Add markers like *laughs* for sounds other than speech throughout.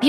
美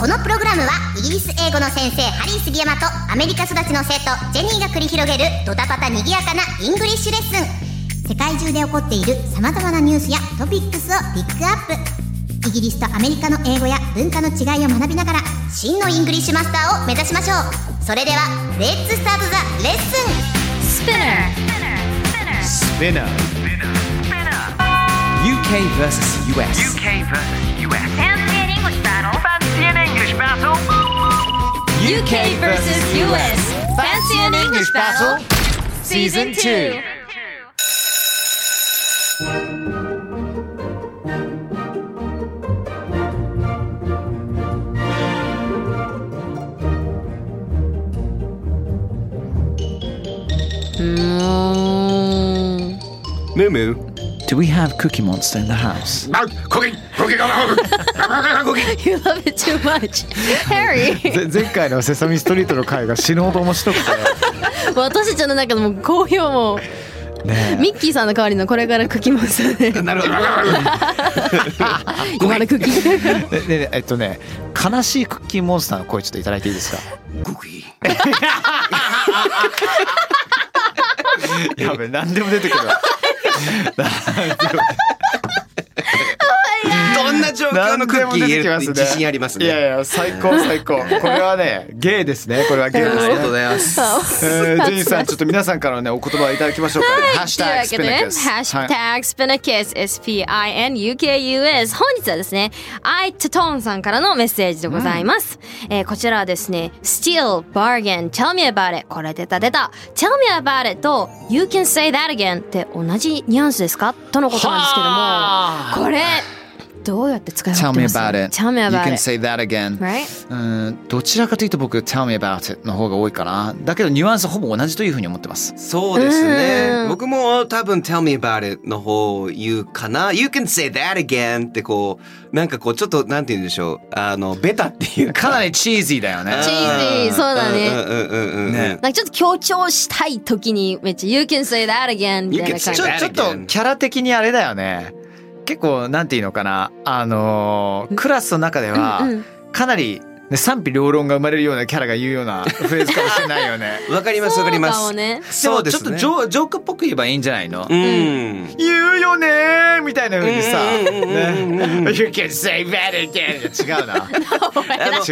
このプログラムはイギリス英語の先生ハリー杉山とアメリカ育ちの生徒ジェニーが繰り広げるドタパタにぎやかなイングリッシュレッスン世界中で起こっている様々なニュースやトピックスをピックアップイギリスとアメリカの英語や文化の違いを学びながら真のイングリッシュマスターを目指しましょうそれではレッツスタートザレッスン Spinner. UK versus US. UK versus US. Fancy an English battle. Fancy an English battle. UK versus US. Fancy an English battle? Season 2. ムームー Do we have Cookie Monster in the house? cooking, cooking, cooking, cooking. *laughs* You love it too much. Harry! ぜ前回の「セサミストリート」の回が死ぬほど面白く私たちの中でも好評もてねミッキーさんの代わりのこれからクッキーモンスターでなるほど今のクッ *laughs* キーえででえっと *laughs* ね悲しいクッキーモンスターの声ちょっといただいていいですか Cookie やべ何でも出てくる *laughs* どんな状況のクッキー言えるって自信ありますねいやいや最高最高これはねゲイですねこれはゲイでありがとうすごねざいますえージェニーさんちょっと皆さんからのねお言葉をいただきましょうか、ハッシュタグスとピいうわナケけで「スハッシュタグスピナケス SPINUKUS」本日はですねアイトトーンさんからのメッセージでございます、えーこちらはですね「Steal Bargain Tell Me About It」これ出た出た「Tell Me About It」と「You Can Say That Again」って同じニュアンスですかとのことなんですけどもこれどうやって使い分け Tell て me ます about it. Tell me You about can it say that again. Right? うんどちらかというと僕 Tell me about it の方が多いかな。だけどニュアンスほぼ同じというふうに思ってます。そうですうねん僕も多分 Tell me about it の方を言うかな You can say that again ってこうなんかこうちょっとなんて言うんでしょうあのベタっていうかなりチーズィーだよね。チーズィーそうだねうんうんうんうんうんねなんかちょっと強調したい時にめっちゃ「You can say that again」みたいな You can ち感 say じょ that ちょっとキャラ的にあれだよね。結構なんていうのかなあのークラスの中ではうんうんかなり、ね、賛否両論が生まれるようなキャラが言うようなフレーズかもしれないよ *laughs* ね。わかりますわかりまそうかもすね *laughs* そうですでもねちょっとジョジョークっぽく言えばいいんじゃないのう？ん言うよねーみたいな風にさ、うんうんうんうんうんね、You *laughs* can say that again 違うな。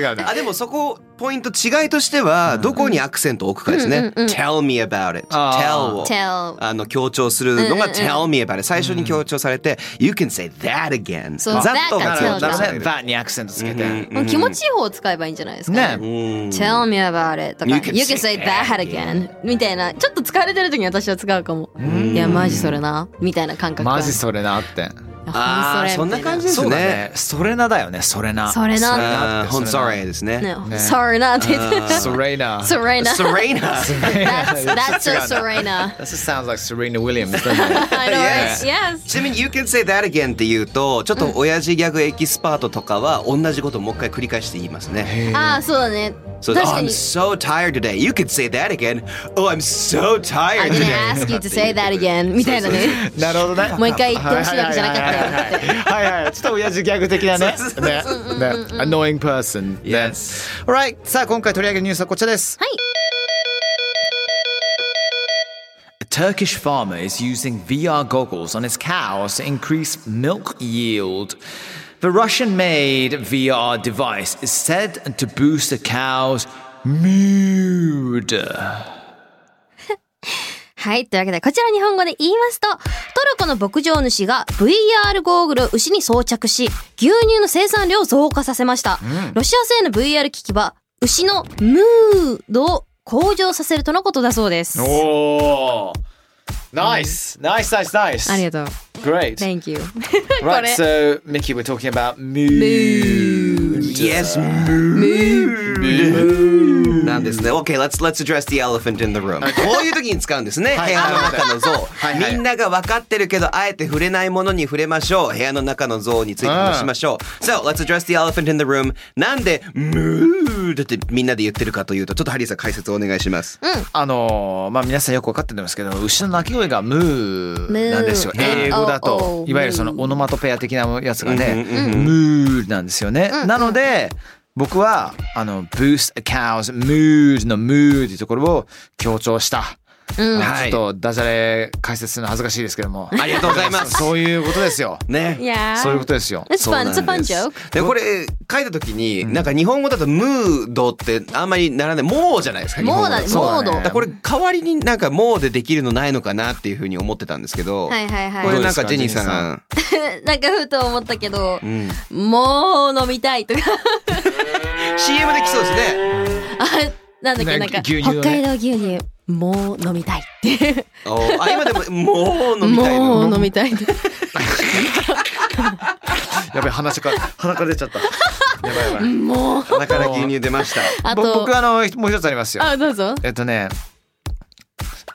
違うなあ。でもそこポイント違いとしてはどこにアクセントを置くかですね。Tell me about it. あー Tell を Tell あの強調するのが Tell me about it。最初に強調されて You can say that again。そう that となるがほど強調なさるほれど。る。バーにアクセントつけて。もう気持ちいい方を使えばいいんじゃないですかね。うん Tell me about it とか You You can can, say say that again みたいなちょっと疲れてる時に私は使うかもいやマジそれなみたいな感覚がマジそれなって。いやあほあそんれなみたい感じですそうだね。ね。それなだよね。それな。それなあーほんそれな sorry ですね。ね Sorry なって言っ *laughs* てたそれな。それな Serena。 That's that's a Serena *laughs* That just sounds like Serena Williams. doesn't it? I know Yes. right? Yes ちなみに You can say that again って言うとちょっと親父ギャグエキスパートとかは同じことをもう一回繰り返して言いますね。ああそうだね So 確か I'm に so tired today. You could say that again. Oh, I'm so I tired didn't today. ask you to say that again みたいなね *laughs* なるほどね。 *laughs* もう一回言ってほしいわけじゃなかったよってはいはいはい。ちょっと親父ギャグ的なね。ね。ね。Annoying person. Yes. Alright. さあ今回取り上げるニュースはこちらです。はい A Turkish farmer is using VR goggles on his cows to increase milk yield. The Russian made VR device is said to boost a cow's mood. はい。というわけで、こちら日本語で言いますと、トルコの牧場主が VR ゴーグルを牛に装着し、牛乳の生産量を増加させました。ロシア製の VR 機器は、牛のムードを向上させるとのことだそうです。あおお。Nice. Nice. Nice. Nice. りがとう。 Great. Thank you. こ Right, れ。 So, Mickey, we're talking about mood. Uh, moved. Yes, mood.なんですね。Okay, let's let's address the elephant in the room. こういう時に使うんですね。部はい屋の中の像いはいみんなが分かってるけど、あえて触れないものに触れましょう。部屋の中の像について話しましょう。So, let's address the elephant in the room. なんで mood ってみんなで言ってるかというと、ちょっとハリーさん解説お願いします。あのーまあ皆さんよくわかってるんですけど牛の鳴き声がムーなんですよムー英語だと M-O-O いわゆるそのオノマトペア的なやつがねうんうんうんムーなんですよねなので僕はあの boost a cow's mood の mood というところを強調したまあはちょいっとダジャレ解説するの恥ずかしいですけども *laughs* ありがとうございますそういうことですよね。 Yeah. そういうことですよ It's fun. It's a fun そうなん joke. ですでこれ書いた時に、なんか日本語だとムードってあんまりならないもうじゃないですか日本語もうだとそうもうだだからこれ代わりになんかもうでできるのないのかなっていうふうに思ってたんですけど、はいはいはいこれなんかジェニーさんがなんかふと思ったけど、んもう飲みたいとか *laughs* CM で来そうですねあなんだっけなんか牛乳のね北海道牛乳もう飲みたいっておーあ今でももう飲みたいのもう飲みたいってやべえ鼻から鼻から出 *laughs* ちゃったやばいやばいもう鼻から牛乳出ましたあぼと僕あのもう一つありますよあどうぞえっとね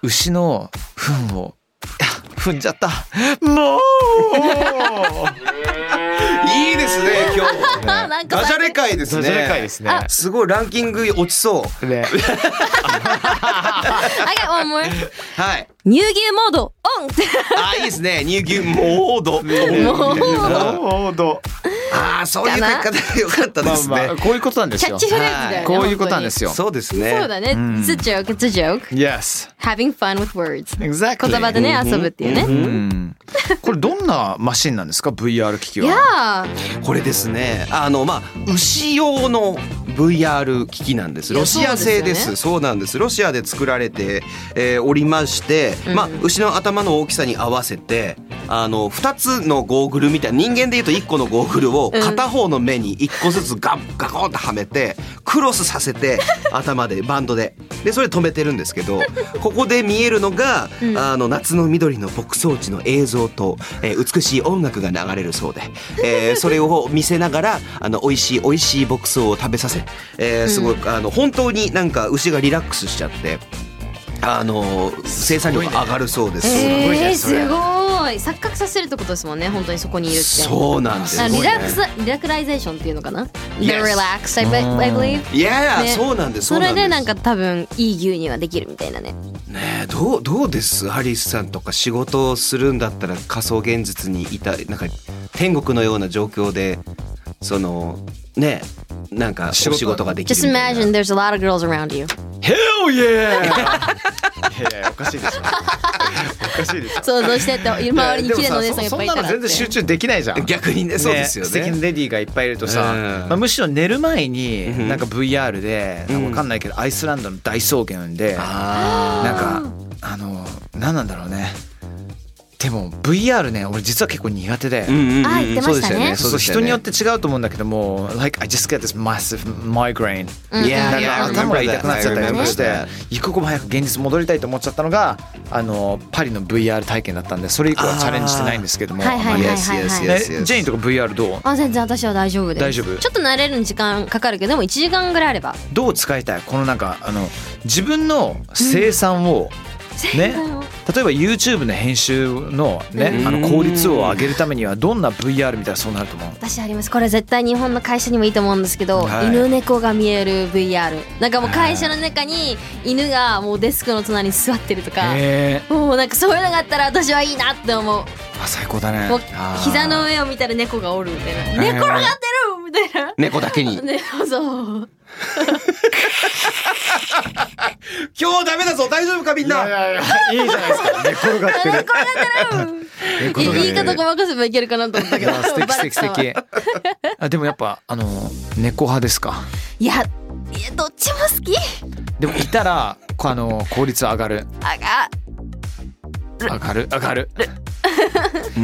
牛の糞をあ踏んじゃったもういいですね今あなん日かダジャレ会ですねすねすごいランキング落ちそ *laughs* うね I got one more はい乳牛モードオンあいいですね乳牛モードもうなるほどああそういう書き方でよかったでまあすね、まあこういうことなんですキャよッチフレーズだよねこういうことなんですすよそうですねそうだね It's a joke It's a joke Yes Having fun with words exactly 言葉でね遊ぶっていうねうんこれどんなマシンなんですか VR 機器いやはこれですねあのまあ牛用の VR 機器なんですいやロシア製ですそうそうでなんですロシアで作られて、えーおりまして、まあ牛の頭の大きさに合わせてあの2つのゴーグルみたいな人間でいうと1個のゴーグルを片方の目に1個ずつガッガコンとはめてクロスさせて頭でバンドででそれ止めてるんですけ *laughs* どここで見えるのが、あの夏の緑の牧草地の映像と、えー美しい音楽が流れるそうで、 *laughs* えーそれを見せながらあの美味しい美味しい牧草を食べさせ、えーすごくあの本当になんか牛がリラックスしちゃって。あの生産量が上がるそうです。えーそすれごい錯覚させるってことですもんね本当にそこにいるってそうなんですあよ。リラックスリラクライゼーションっていうのかな The Yes. relax I, be- I believe いやいや、ねそうなんです。それでなんかか多分いい牛乳はできるみたいなねねえどうどうですハリスさんとか仕事をするんだったら仮想現実にいたなんか天国のような状況でそのねえなんかお仕事仕事ができる Just みたいな imagine there's a lot of girls around you Hell yeah いやいやおかしいでしょおかしいでしょ想像してって周りに綺麗なお姉さんがいでもさそっぱいいたらそんなの全然集中できないじゃん逆にねそうですよ素敵なねレディーがいっぱいいるとさ、うんまあ、むしろ寝る前うんになんか VR でなんかわかんないけどアイスランドの大草原でなんあかあの何なんだろうねでも VR ね俺実は結構苦手で。ーうんうんうんあ言ってまそうでしたねすよねそうそう人によって違うと思うんだけども Like I just get this massive migraine いやいやなんか頭が痛くなっちゃったりとかして I remember that 一刻も早く現実戻りたいと思っちゃったのがあのパリの VR 体験だったんでそれ以降はチャレンジしてないんですけどもはいはいはいはい Yes, yes, はい yes. ねジェインとか VR どうあ全然私は大丈夫です大丈夫ちょっと慣れるのに時間かかるけどでも1時間ぐらいあればどう使いたいこのなんかあの自分の生産を、ね例えば YouTube の編集の,、ねうんあの効率を上げるためにはどんな VR みたいなそうなると思う私ありますこれ絶対日本の会社にもいいと思うんですけど、はい犬猫が見える VR なんかもう会社の中に犬がもうデスクの隣に座ってるとかえもうなんかそういうのがあったら私はいいなって思うー、あ最高だねもうあー膝の上を見たら猫がおるみたいなへー寝転がってるみたいな猫だけにね、そう。 *laughs* 今日ダメだぞ大丈夫かみんいやいなやいやいいじゃないですか寝転がってる寝転がってる言い方ごまかせばいけるかなと思ったいけど。や素敵素敵素バレたわ *laughs* 敵あでもやっぱあの猫派ですかいや、いやどっちも好き。でもいたらこうあの効率上がるあが、上がる上がるど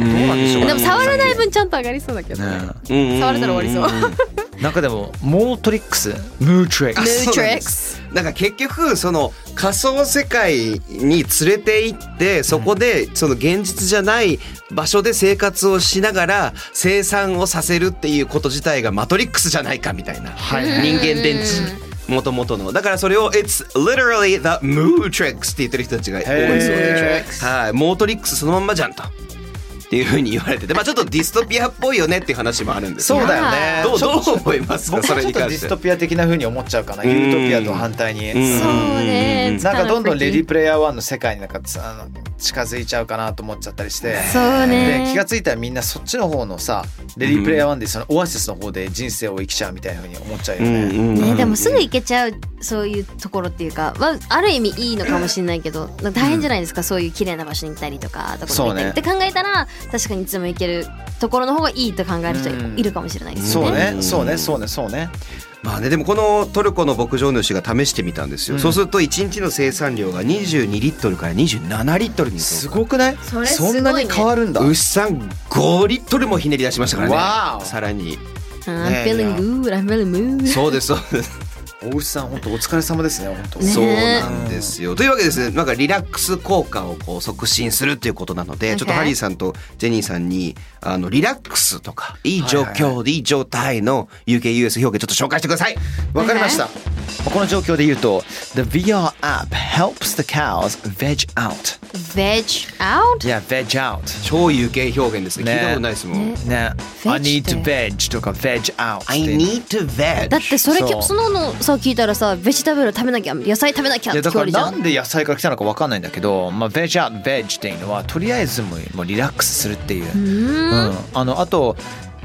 うなんでしょでも触らない分ちゃんと上がりそうだけどね。ね触触れたら終わりそう中でもモートリックスムートリッあクスそうなんで Matrix すなんか結局その仮想世界に連れて行ってそこでその現実じゃない場所で生活をしながら生産をさせるっていうこと自体がマトリックスじゃないかみたいな、はい人間電池もともとのだからそれを「It's literally the Mootrix」って言ってる人たちが多いそうへではいモートリックスそのまんまじゃんと。っていうふうに言われてて、まあちょっとディストピアっぽいよねっていう話もあるんですけどそうだよねどうちょどっとう思いますか僕そはれちょっにとデ関ィしスてト。ピア的な風に思っちゃうかなうんユートピアと反対に、うんそうね。なんかどんどんレディーープレイヤー1の世界になんかつあの近づいちゃうかなと思っちゃったりして。そうね。で気がついたらみんなそっちの方のさレディープレイヤー1でそのオアシスの方で人生を生きちゃうみたいなふうに思っちゃうよね、ね、でもすぐ行けちゃうそういうところっていうか、まあ、ある意味いいのかもしれないけどなんか大変じゃないですか、そういう綺麗な場所に行ったりとかとこそろうに行ねったりって考えたら、確かにいつでも行けるところの方がいいと考える人うんいるかもしれないですそうよね。ねそうねそうねそうねまあねでもこのトルコの牧場主が試してみたんですよ、うんそうすると1日の生産量が22リットルから27リットルにす増ごくないそれすごいそねんなに変わるんだ牛さん5リットルもひねり出しましたからねわおさらにあねー feeling good, I'm feeling good そうですそうです、大牛さん本当お疲れ様ですね本当ねそうなんですよというわけでですねなんかリラックス効果をこう促進するっていうことなので、 Okay ちょっとハリーさんとジェニーさんにあのリラックスとかいい状況で、いい、状態の UKUS 表現ちょっと紹介してくださいわかりました、この状況で言うと The VR app helps the cows veg out Veg out? いや veg out 超 UK 表現ですねね聞いたことないですもん、ね Veg I need っ to て veg とか veg out って I need to veg だってそれそうそののさ聞いたらさベジタブル食べなきゃ野菜食べなきゃっいやてだ聞かこえらるじゃ。なんんで野菜から来たのかわかんないんだけど、まあ、ベジアベジっていうのはとりあえずもうもうリラックスするっていう、うんあのあと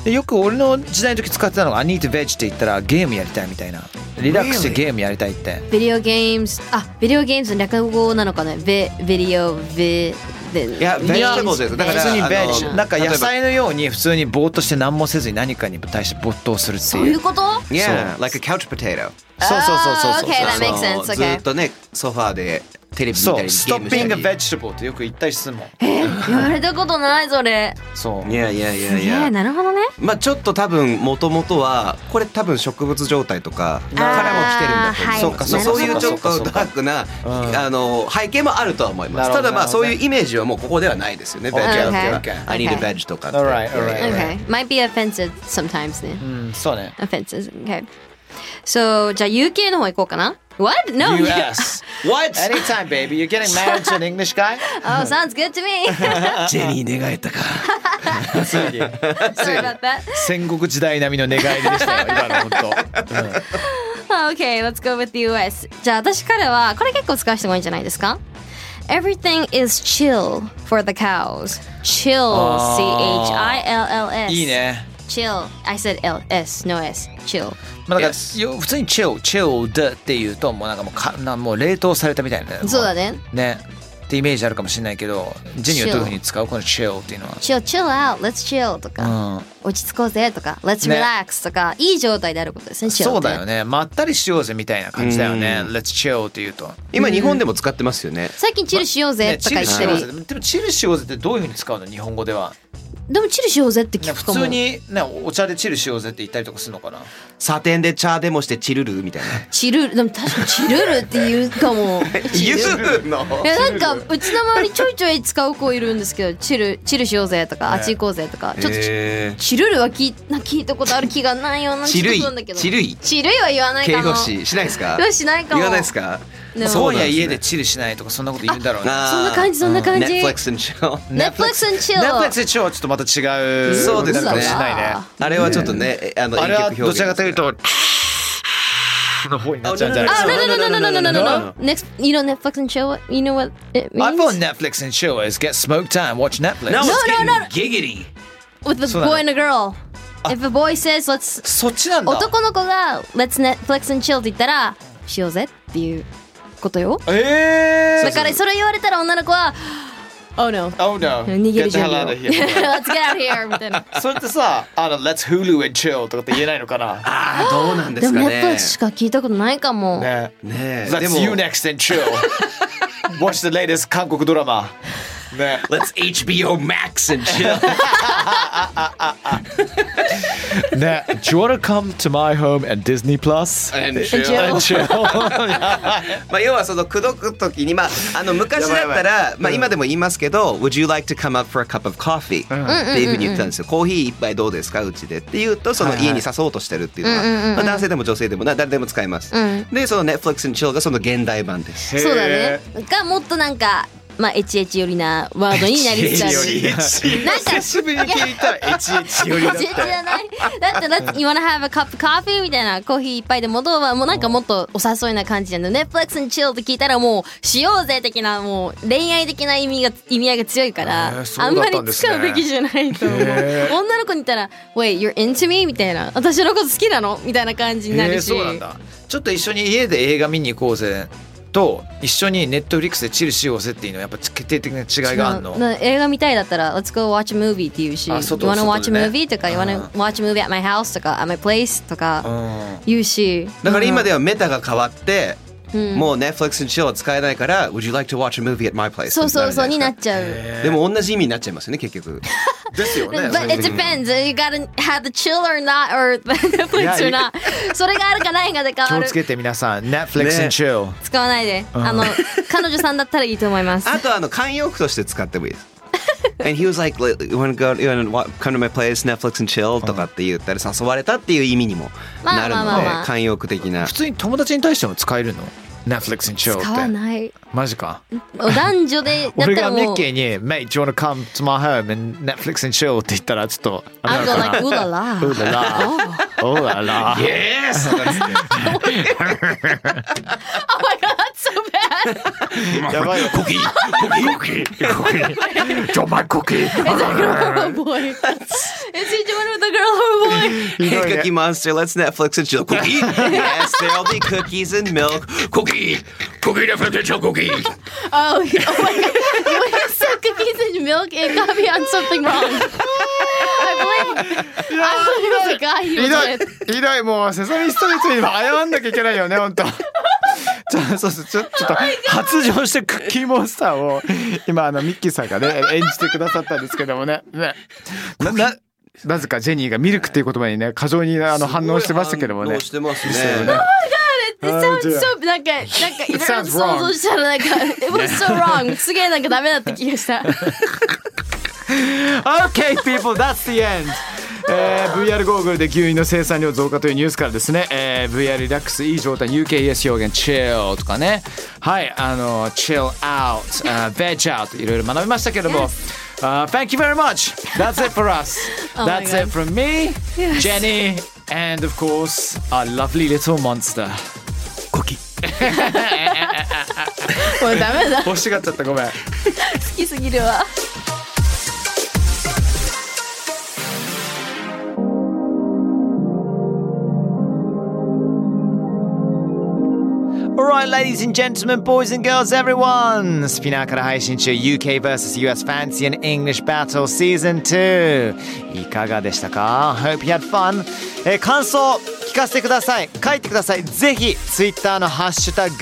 よく俺の時代の時使ってたのが「I need to veg」って言ったらゲームやりたいみたいなリラックスして Really？ゲームやりたいって、ビデオゲームズあビデオゲームズの略語なのかねベビデオベでいいや、ベジタブルです。だから、普通にベジあのなんか野。例えば菜のように普通にぼーっとして何もせずに何かに対して没頭するってそういいううこと Yeah, like a couch potato. そうそうそうそうそう Oh, okay, that そ makes の sense, ず okay. ーっとね、ソファーでテレビ見たそり、う「ゲームした stopping a り。 vegetable」ってよく言ったりするもんえ言われたことないそれ。そういやいやいやえいや。なるほどね。まあちょっと多分もともとはこれ多分植物状態とかからも来てるんだと思うあーそうかそうはいそういうちょなるっほとどダークなうんあの背景もあるとは思いますなるたほどだまあなるほそうどねいうイメージはもうここではないですよねベジ Okay, ャーって okay, okay. アニルベッジとかって Alright, alright, alright. Okay. Might be offensive sometimes ね。うんそうね Offensive. Okay. So じゃあ UK の方行こうかな。What? No. US What? Anytime baby you're getting married to an English *laughs* guy Oh, sounds good to me. *laughs* *laughs* ジェニー願えたか Sorry about that. 戦国時代並みの願いでしたよ今の本当、うん、 *laughs* Okay, let's go with the US. じゃあ私からはこれ結構使う人も多いんじゃないですか Everything is chill for the cows. Chill, あー C-H-I-L-L-S. いい。ね Chill. I said L-S, no S. Chill. まあ、なんかよ普通に「チェオ」「チェオで」っていうともうなんかもうかなもう冷凍されたみたいなねそうだね。ねってイメージあるかもしれないけどジェニーはどういうふうに使うこの「チェオ」っていうの Chill, chill out, let's chill とか、は、落ち着こうぜとか、let's ね relax とか、いい状態であることですうん、ね、chill そうだよね。ねまったりしようぜみたいな感じだよねう「Let's chill」っていうと。今日本でも使ってますよね最近チルしようぜね、とチかル言しったようり、ぜでもチルしようぜってどういうふうに使うの日本語ではでもチルしようぜって聞く普かも。通に、ね、お茶でチルしようぜって言ったりとかするのかなサテンで茶でもしてチルルみたいなチルでも確かにチルルって言う *laughs* かも。言う *laughs* のいやなんかうちの周りちょいちょい使う子いるんですけどチルチルしようぜとか、あっち行こうぜとかちょっとチえチルルは聞いな聞いたことある気がないようなチルイちょっとなんだけどチルイチルイは言わないーか敬も語詞しないですかいやしないかも言わないですかでも今夜なんすね家でチルしないとかそんなこと言うんだろうねあーそんな感じそんな感じ Netflix and chill Netflix and chill ネットフリックスでちょっとまた違うそうですねなんかもしれないねあれはちょっとねえあのあれはどちらかというととの方になっちゃうんじゃないですあか no no no no no no no no no next you know Netflix and chill what- you know what it I thought means Netflix and chill is get smoke time, watch Netflix. No, No, it's no, getting giggity with a そうだね boy and a girl if a boy says let's そっちなんだ男の子が let's Netflix and chill って言ったらしようぜっていうことよえだからそれ言われたら女の子は Oh no ー Oh no 逃げる準 Get the hell 備 out を of here *laughs* Let's get out of here みたいなそれってさあの Let's Hulu and chill とかって言えないのかなあーどうなんでですもかネットねしか聞いたことないかも、ねねえで Let's you も next and chill Watch the latest 韓国ドラマね Let's HBO Max and chill ね、Do you wanna come to my home and Disney Plus? And chill. And chill. まあ要はその口説くときに *laughs* まああの昔だったらまあ今でも言いますけど、Would you like to come up for a cup of coffee、っていうふうに言ったんですよ。コーヒー一杯どうですかうちでって言うとその家に誘おうとしてるっていうのは、まあ、男性でも女性でもな誰でも使えます。でその Netflix and chill がその現代版です。そうだねがもっとなんかまあエチエチ寄りなワードになりつつあるなんか久しぶりに聞いたらエチエチ寄りだっ全然じゃないだってだって You wanna have a cup of coffee? みたいなコーヒー一杯でもどうはもうなんかもっとお誘いな感じなの Netflix and chill って聞いたらもうしようぜ的なもう恋愛的な意味が意味合いが強いから、へーそあうんだっまたんりですね使うべきじゃないと思う女の子に言ったら「Wait you're into me?」みたいな「私のこと好きなの?」みたいな感じになえるー、し、そうなんだちょっと一緒に家で映画見に行こうぜと一緒にネットフリックスでチルしようぜっていうのはやっぱ決定的な違いがあるのなな映画見たいだったら「Let's go watch a movie」って言うし「You あ wanna 外 watch 外で a ね movie?」とか「You wanna watch a movie at my house?」とか「at my place?」とかうん言うしだから今ではメタが変わって、うんもう Netflix and chill は使えないから、Would you like to watch a movie at my place? そうそうそうになっゃちゃう。う。でも同じ意味になっちゃいますよね結局。ですよね But it depends. You gotta have the chill or not, or *laughs* the Netflix or not. それがあるかないかで気変わをるつ。けて皆さん Netflix and chill、使わないで。あの、彼女さんだったらいいと思います。あとあの慣用句として使ってもいいです。And *laughs* he was like, you wanna go, you wanna wa- come to my place, Netflix and chill とかって言ったら誘われたっていう意味にもなるのまあまあでまあまあ慣用句的な普。通に友達に対しても使えるの Netflix and chill 使わってない。マジかお男女で、だっ俺たらがミもッうキ。ーに「Mate, do you wanna come to my home and Netflix and chill」って言ったらちょっとあ I れ go なの like, か ooh la *laughs* la. なうららうらら Yes! Oh my god, that's so bad. やばいよ Is it a girl or a boy? Is he doing with a girl or a boy? ひ Hey, どい Cookie ね Monster, let's Netflix and *laughs* chill. Cookie? yes, there'll be cookies and milk. Cookie! Cookie Netflix and chill cookie! Oh, yeah. oh my god. You said cookies and milk and got me on something wrong. I believe, I believe the guy he ひ was ど with. い、ひどい、もうセサミストリートにも謝んなきゃいけないよね、本当。 *laughs* ちょそうそうちょちょっと発情してクッキーモンスターを今あのミッキーさんがね *laughs* 演じてくださったんですけどもねねなななぜかジェニーがミルクっていう言葉にね過剰にあの反応してましたけども反ね応してますね。 It sounds so なんかなんかいろいろ sounds 想 wrong. 像したらなんか *laughs* It was so wrong すげえなんかダメだった気がした *laughs* Okay, people, that's the end. えー VR ゴーグルで牛乳の生産量増加というニュースからですね、えー VR リラックスいい状態 UKES 表現 chill とかねはいあの chill out、uh, veg out いろいろ学びましたけども、Uh, Thank you very much That's it for us my That's it from me Jenny and of course our lovely little monster もうダメだ好欲しがっちゃったごめんきすぎるわ Alright, ladies and gentlemen, boys and girls, everyone! スピナーから配信中 UK vs.US Fancy and English Battle Season 2! いかがでしたか ?Hope you had fun! えー感想聞かせてください書いてくださいぜひ Twitter のハッシュタグ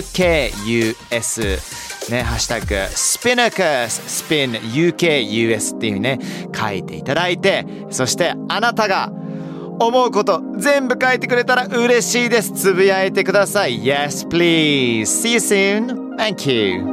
SPINUKUS ね、ハッシュタグ、スピナークス、スピン UKUS っていうふうにね、書いていただいて、そしてあなたが思うこと全部書いてくれたら嬉しいです。つぶやいてください。Yes, please. See you soon. Thank you.